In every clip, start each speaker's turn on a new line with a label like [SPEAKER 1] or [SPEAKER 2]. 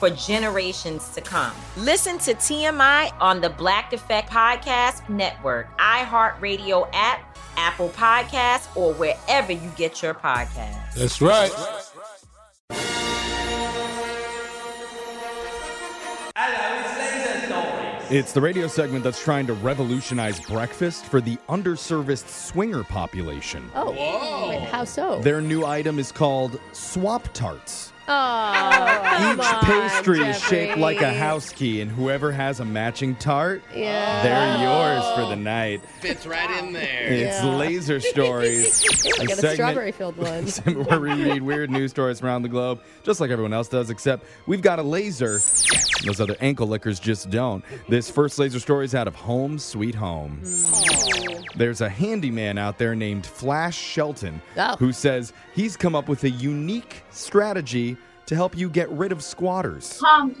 [SPEAKER 1] for generations to come. Listen to TMI on the Black Effect Podcast Network, iHeartRadio app. Apple Podcasts, or wherever you get your podcasts.
[SPEAKER 2] That's right.
[SPEAKER 3] It's the radio segment that's trying to revolutionize breakfast for the underserviced swinger population.
[SPEAKER 4] Oh, Wait, how so?
[SPEAKER 3] Their new item is called Swap Tarts.
[SPEAKER 4] Oh,
[SPEAKER 3] Each pastry is shaped like a house key, and whoever has a matching tart,
[SPEAKER 4] Yeah.
[SPEAKER 3] they're yours for the night.
[SPEAKER 5] Fits right in there.
[SPEAKER 3] It's Laser Stories.
[SPEAKER 4] I got a strawberry filled one.
[SPEAKER 3] where we read weird news stories from around the globe, just like everyone else does, except we've got a laser. Those other ankle lickers just don't. This first laser story is out of Home Sweet Home.
[SPEAKER 4] Mm.
[SPEAKER 3] There's a handyman out there named Flash Shelton
[SPEAKER 4] Oh.
[SPEAKER 3] who says he's come up with a unique strategy to help you get rid of squatters.
[SPEAKER 4] Oh,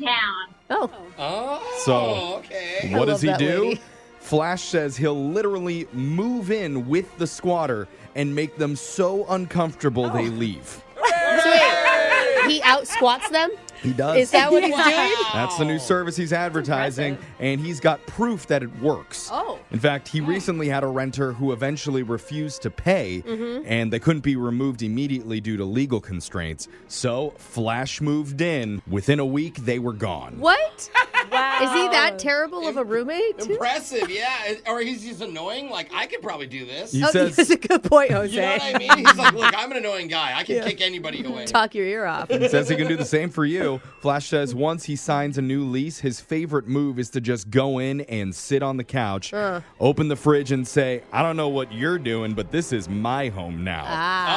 [SPEAKER 5] Oh,
[SPEAKER 3] So,
[SPEAKER 5] okay.
[SPEAKER 3] what
[SPEAKER 4] I love
[SPEAKER 3] does he
[SPEAKER 4] that
[SPEAKER 3] do?
[SPEAKER 4] lady.
[SPEAKER 3] Flash says he'll literally move in with the squatter and make them so uncomfortable
[SPEAKER 4] Oh.
[SPEAKER 3] they leave.
[SPEAKER 4] so wait, he out squats them.
[SPEAKER 3] He does.
[SPEAKER 4] Is that what he's doing?
[SPEAKER 3] That's the new service he's advertising, and he's got proof that it works.
[SPEAKER 4] Oh.
[SPEAKER 3] In fact, he recently had a renter who eventually refused to pay,
[SPEAKER 4] Mm-hmm.
[SPEAKER 3] and they couldn't be removed immediately due to legal constraints. So, Flash moved in. Within a week, they were gone.
[SPEAKER 4] What?
[SPEAKER 1] Wow.
[SPEAKER 4] Is he that terrible of a roommate?
[SPEAKER 5] Impressive, yeah. Or he's just annoying. Like, I could probably do this.
[SPEAKER 3] He
[SPEAKER 5] You,
[SPEAKER 4] Oh,
[SPEAKER 3] says,
[SPEAKER 4] that's a good point, Jose.
[SPEAKER 5] know what I mean? He's like, look, I'm an annoying guy. I can kick anybody away.
[SPEAKER 4] Talk your ear off.
[SPEAKER 3] he says he can do the same for you. Flash says once he signs a new lease, his favorite move is to just go in and sit on the couch, open the fridge, and say, I don't know what you're doing, but this is my home now.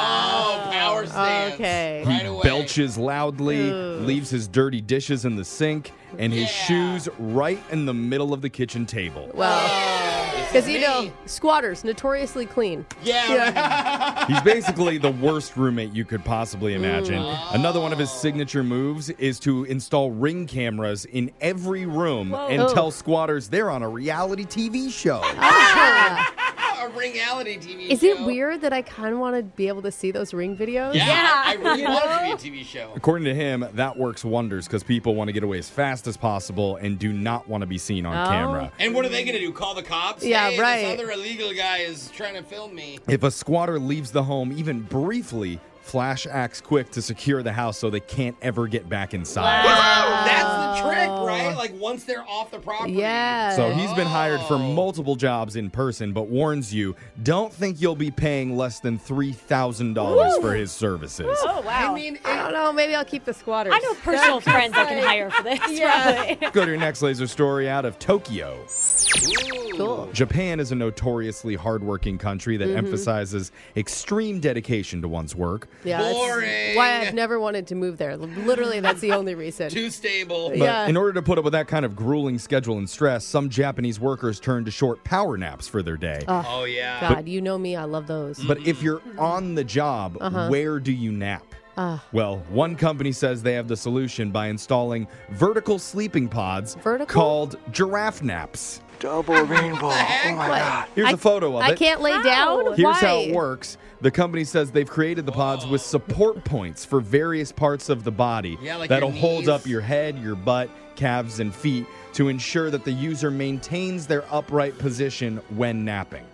[SPEAKER 5] Oh, power stance.
[SPEAKER 4] okay.
[SPEAKER 5] Right away.
[SPEAKER 3] belches loudly, leaves his dirty dishes in the sink, and his
[SPEAKER 5] Yeah.
[SPEAKER 3] shoes right in the middle of the kitchen table.
[SPEAKER 4] Well, because you know, squatters notoriously clean.
[SPEAKER 5] Yeah.
[SPEAKER 3] He's basically the worst roommate you could possibly imagine. Another one of his signature moves is to install ring cameras in every room and
[SPEAKER 4] Oh.
[SPEAKER 3] tell squatters they're on a reality TV show.
[SPEAKER 4] Ah.
[SPEAKER 5] A reality TV
[SPEAKER 4] Is
[SPEAKER 5] show.
[SPEAKER 4] it weird that I kind of want to be able to see those ring videos?
[SPEAKER 5] Yeah. I really want it to be a TV show.
[SPEAKER 3] According to him, that works wonders because people want to get away as fast as possible and do not want to be seen on
[SPEAKER 4] Oh.
[SPEAKER 3] camera.
[SPEAKER 5] And what are they going to do? Call the cops?
[SPEAKER 4] Yeah,
[SPEAKER 5] hey,
[SPEAKER 4] right.
[SPEAKER 5] This other illegal guy is trying to film me.
[SPEAKER 3] If a squatter leaves the home even briefly, Flash acts quick to secure the house so they can't ever get back inside.
[SPEAKER 5] That's the trick, right? Like, once they're off the property.
[SPEAKER 4] Yeah.
[SPEAKER 3] So he's been hired for multiple jobs in person, but warns you don't think you'll be paying less than $3,000 for his services.
[SPEAKER 4] wow. I mean, I don't know. Maybe I'll keep the squatters.
[SPEAKER 6] I know personal friends I can hire for this.
[SPEAKER 4] Yeah.
[SPEAKER 6] Probably.
[SPEAKER 3] Go to your next laser story out of Tokyo.
[SPEAKER 5] Ooh.
[SPEAKER 4] Cool.
[SPEAKER 7] Japan is a notoriously hardworking country that
[SPEAKER 4] Mhm.
[SPEAKER 7] emphasizes extreme dedication to one's work.
[SPEAKER 4] Yeah, that's Why I've never wanted to move there. Literally, that's the only reason.
[SPEAKER 8] Too stable.
[SPEAKER 7] But
[SPEAKER 4] yeah.
[SPEAKER 7] in order to put up with that kind of grueling schedule and stress, some Japanese workers turn to short power naps for their day.
[SPEAKER 4] Ugh.
[SPEAKER 8] Oh,
[SPEAKER 4] God,
[SPEAKER 7] But,
[SPEAKER 4] you know me. I love those.
[SPEAKER 7] but if you're on the job,
[SPEAKER 4] Uh-huh.
[SPEAKER 7] where do you nap?
[SPEAKER 4] Ah.
[SPEAKER 7] Well, one company says they have the solution by installing vertical sleeping pods
[SPEAKER 4] Vertical?
[SPEAKER 7] called giraffe naps. Double rainbow. Oh my god. Here's
[SPEAKER 4] I-
[SPEAKER 7] a photo of
[SPEAKER 4] I
[SPEAKER 7] it.
[SPEAKER 4] can't lay down.
[SPEAKER 7] Here's
[SPEAKER 4] Why?
[SPEAKER 7] how it works. The company says they've created the pods with support points for various parts of the body
[SPEAKER 8] Yeah, like
[SPEAKER 7] that'll
[SPEAKER 8] your
[SPEAKER 7] hold
[SPEAKER 8] knees.
[SPEAKER 7] up your head, your butt, calves, and feet to ensure that the user maintains their upright position when napping.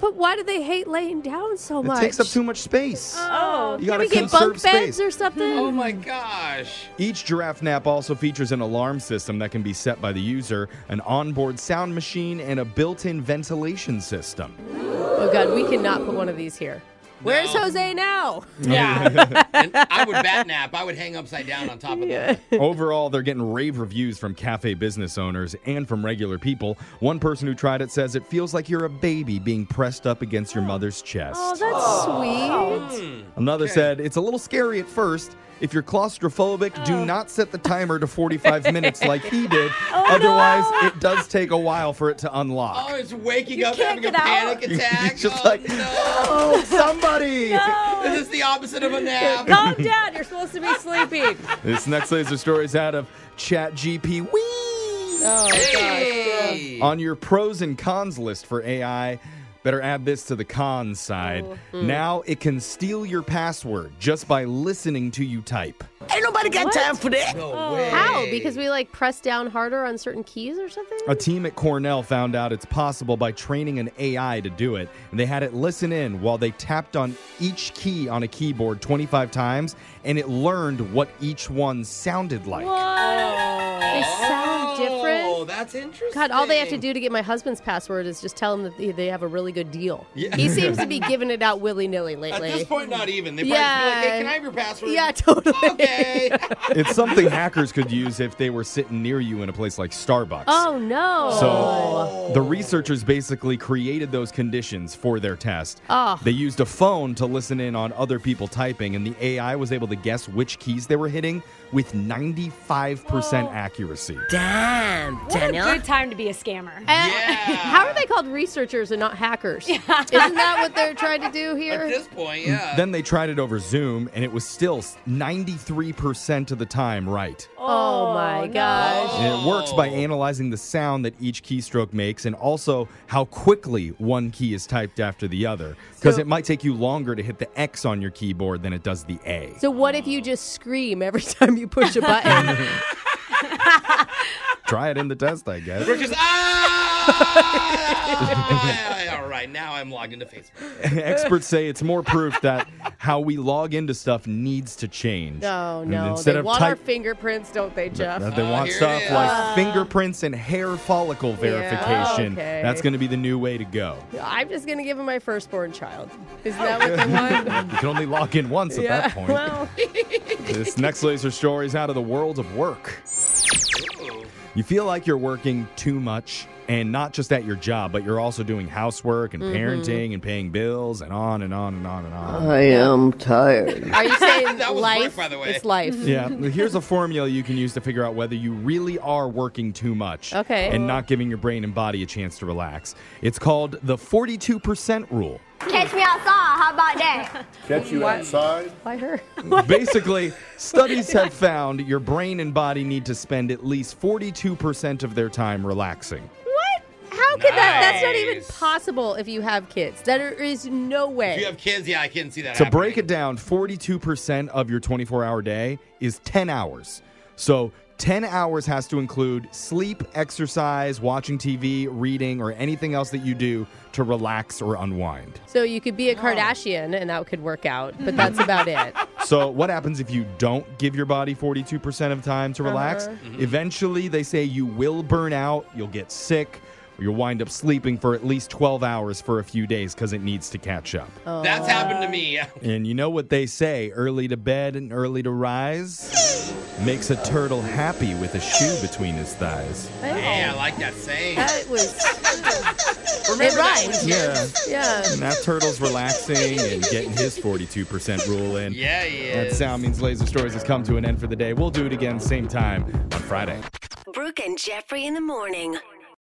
[SPEAKER 4] But why do they hate laying down so
[SPEAKER 7] It
[SPEAKER 4] much?
[SPEAKER 7] takes up too much space.
[SPEAKER 4] Oh,
[SPEAKER 7] You
[SPEAKER 4] can
[SPEAKER 7] gotta
[SPEAKER 4] we get
[SPEAKER 7] conserve
[SPEAKER 4] bunk beds
[SPEAKER 7] space.
[SPEAKER 4] or something? Oh
[SPEAKER 8] my gosh!
[SPEAKER 7] Each giraffe nap also features an alarm system that can be set by the user, an onboard sound machine, and a built in ventilation system.
[SPEAKER 4] Oh god, we cannot put one of these here. Where's Jose now?
[SPEAKER 8] Yeah. and I would bat nap. I would hang upside down on top of that.
[SPEAKER 7] Overall, they're getting rave reviews from cafe business owners and from regular people. One person who tried it says it feels like you're a baby being pressed up against your mother's chest.
[SPEAKER 4] Oh, that's sweet.
[SPEAKER 7] Another said it's a little scary at first. If you're claustrophobic, do not set the timer to 45 minutes like he did. Otherwise, it does take a while for it to unlock.
[SPEAKER 8] Oh, it's waking up having a panic attack.
[SPEAKER 7] It's just like, oh, somebody!
[SPEAKER 8] This is the opposite of a nap.
[SPEAKER 4] Calm down. You're supposed to be sleeping.
[SPEAKER 7] This next laser story is out of ChatGP. Whee!
[SPEAKER 4] Oh gosh.
[SPEAKER 7] On your pros and cons list for AI, better add this to the cons side.
[SPEAKER 4] Mm.
[SPEAKER 7] Now it can steal your password just by listening to you type.
[SPEAKER 4] Ain't nobody
[SPEAKER 8] got time for that.
[SPEAKER 4] No
[SPEAKER 8] way.
[SPEAKER 4] How? Because we like press down harder on certain keys or something?
[SPEAKER 7] A team at Cornell found out it's possible by training an AI to do it. And they had it listen in while they tapped on each key on a keyboard 25 times, and it learned what each one sounded like.
[SPEAKER 4] They sound different.
[SPEAKER 8] Oh, that's interesting.
[SPEAKER 4] God, all they have to do to get my husband's password is just tell him that they- they have a really good deal.
[SPEAKER 8] Yeah.
[SPEAKER 4] He seems to be giving it out willy nilly
[SPEAKER 8] At
[SPEAKER 4] lately.
[SPEAKER 8] this point, not even. They probably yeah. like, hey, can I have your password?
[SPEAKER 4] Yeah, totally.
[SPEAKER 7] It's something hackers could use if they were sitting near you in a place like Starbucks.
[SPEAKER 4] Oh no.
[SPEAKER 7] So the researchers basically created those conditions for their test.
[SPEAKER 4] Oh.
[SPEAKER 7] They used a phone to listen in on other people typing, and the AI was able to guess which keys they were hitting with 95% accuracy.
[SPEAKER 9] Damn,
[SPEAKER 10] What a good time to be a scammer.
[SPEAKER 4] How are they called researchers and not hackers? Isn't that what they're trying to do here? At this
[SPEAKER 8] point, yeah.
[SPEAKER 7] Then they tried it over Zoom, and it was still 93% of the time right.
[SPEAKER 4] Oh, my gosh.
[SPEAKER 7] And it works by analyzing the sound that each keystroke makes and also how quickly one key is typed after the other. Because it might take you longer to hit the X on your keyboard than it does the A.
[SPEAKER 4] So what if you just scream every time you push a button?
[SPEAKER 7] Try it in the test, I guess.
[SPEAKER 8] Brooke is, ah! all right, now I'm logged into Facebook.
[SPEAKER 7] Experts say it's more proof that how we log into stuff needs to change.
[SPEAKER 4] no,
[SPEAKER 7] And
[SPEAKER 4] no.
[SPEAKER 7] instead
[SPEAKER 4] They
[SPEAKER 7] of
[SPEAKER 4] want our
[SPEAKER 7] type-
[SPEAKER 4] fingerprints, don't they, Jeff?
[SPEAKER 7] That they
[SPEAKER 8] Oh,
[SPEAKER 7] want stuff like fingerprints and hair follicle verification.
[SPEAKER 4] Oh, okay.
[SPEAKER 7] That's going to be the new way to go.
[SPEAKER 4] I'm just gonna give him my firstborn child. Is
[SPEAKER 8] Oh.
[SPEAKER 4] that what they want?
[SPEAKER 7] you can only log in once at that point.
[SPEAKER 4] Well,
[SPEAKER 7] this next laser story is out of the world of work. You feel like you're working too much, and not just at your job, but you're also doing housework and
[SPEAKER 4] Mhm.
[SPEAKER 7] parenting and paying bills and on and on and on and on.
[SPEAKER 11] I am tired.
[SPEAKER 4] are you saying
[SPEAKER 8] That was
[SPEAKER 4] life?
[SPEAKER 8] Brooke, by the way.
[SPEAKER 4] It's life.
[SPEAKER 7] yeah, here's a formula you can use to figure out whether you really are working too much
[SPEAKER 4] Okay.
[SPEAKER 7] and not giving your brain and body a chance to relax. It's called the 42% rule.
[SPEAKER 12] Catch me outside. How about that?
[SPEAKER 7] Catch you
[SPEAKER 12] What?
[SPEAKER 7] outside.
[SPEAKER 4] Why her?
[SPEAKER 7] Basically, studies have found your brain and body need to spend at least 42% of their time relaxing.
[SPEAKER 4] What? How could that? That's not even possible if you have kids. There is no way.
[SPEAKER 8] If you have kids, yeah, I can see that.
[SPEAKER 7] To
[SPEAKER 8] happening.
[SPEAKER 7] break it down, 42% of your 24 hour day is 10 hours. So 10 hours has to include sleep, exercise, watching TV, reading, or anything else that you do to relax or unwind.
[SPEAKER 4] so you could be a Kardashian and that could work out, but that's about it.
[SPEAKER 7] So, what happens if you don't give your body 42% of time to relax?
[SPEAKER 4] Uh-huh.
[SPEAKER 8] Mm-hmm.
[SPEAKER 4] Mhm.
[SPEAKER 7] Eventually, they say you will burn out, you'll get sick, or you'll wind up sleeping for at least 12 hours for a few days because it needs to catch up.
[SPEAKER 8] That's happened to me.
[SPEAKER 7] And you know what they say early to bed and early to rise?
[SPEAKER 13] makes a turtle happy with a shoe between his thighs.
[SPEAKER 14] Hey, I like that saying.
[SPEAKER 15] That was.
[SPEAKER 14] Remember
[SPEAKER 15] it
[SPEAKER 14] that
[SPEAKER 15] rhymes.
[SPEAKER 14] one,
[SPEAKER 13] Yeah.
[SPEAKER 15] Yeah.
[SPEAKER 13] And that turtle's relaxing and getting his 42% rule in.
[SPEAKER 14] Yeah, he
[SPEAKER 13] That
[SPEAKER 14] is.
[SPEAKER 13] sound means Laser Stories has come to an end for the day. We'll do it again same time on Friday.
[SPEAKER 4] Brooke and Jeffrey in the morning.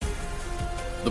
[SPEAKER 8] The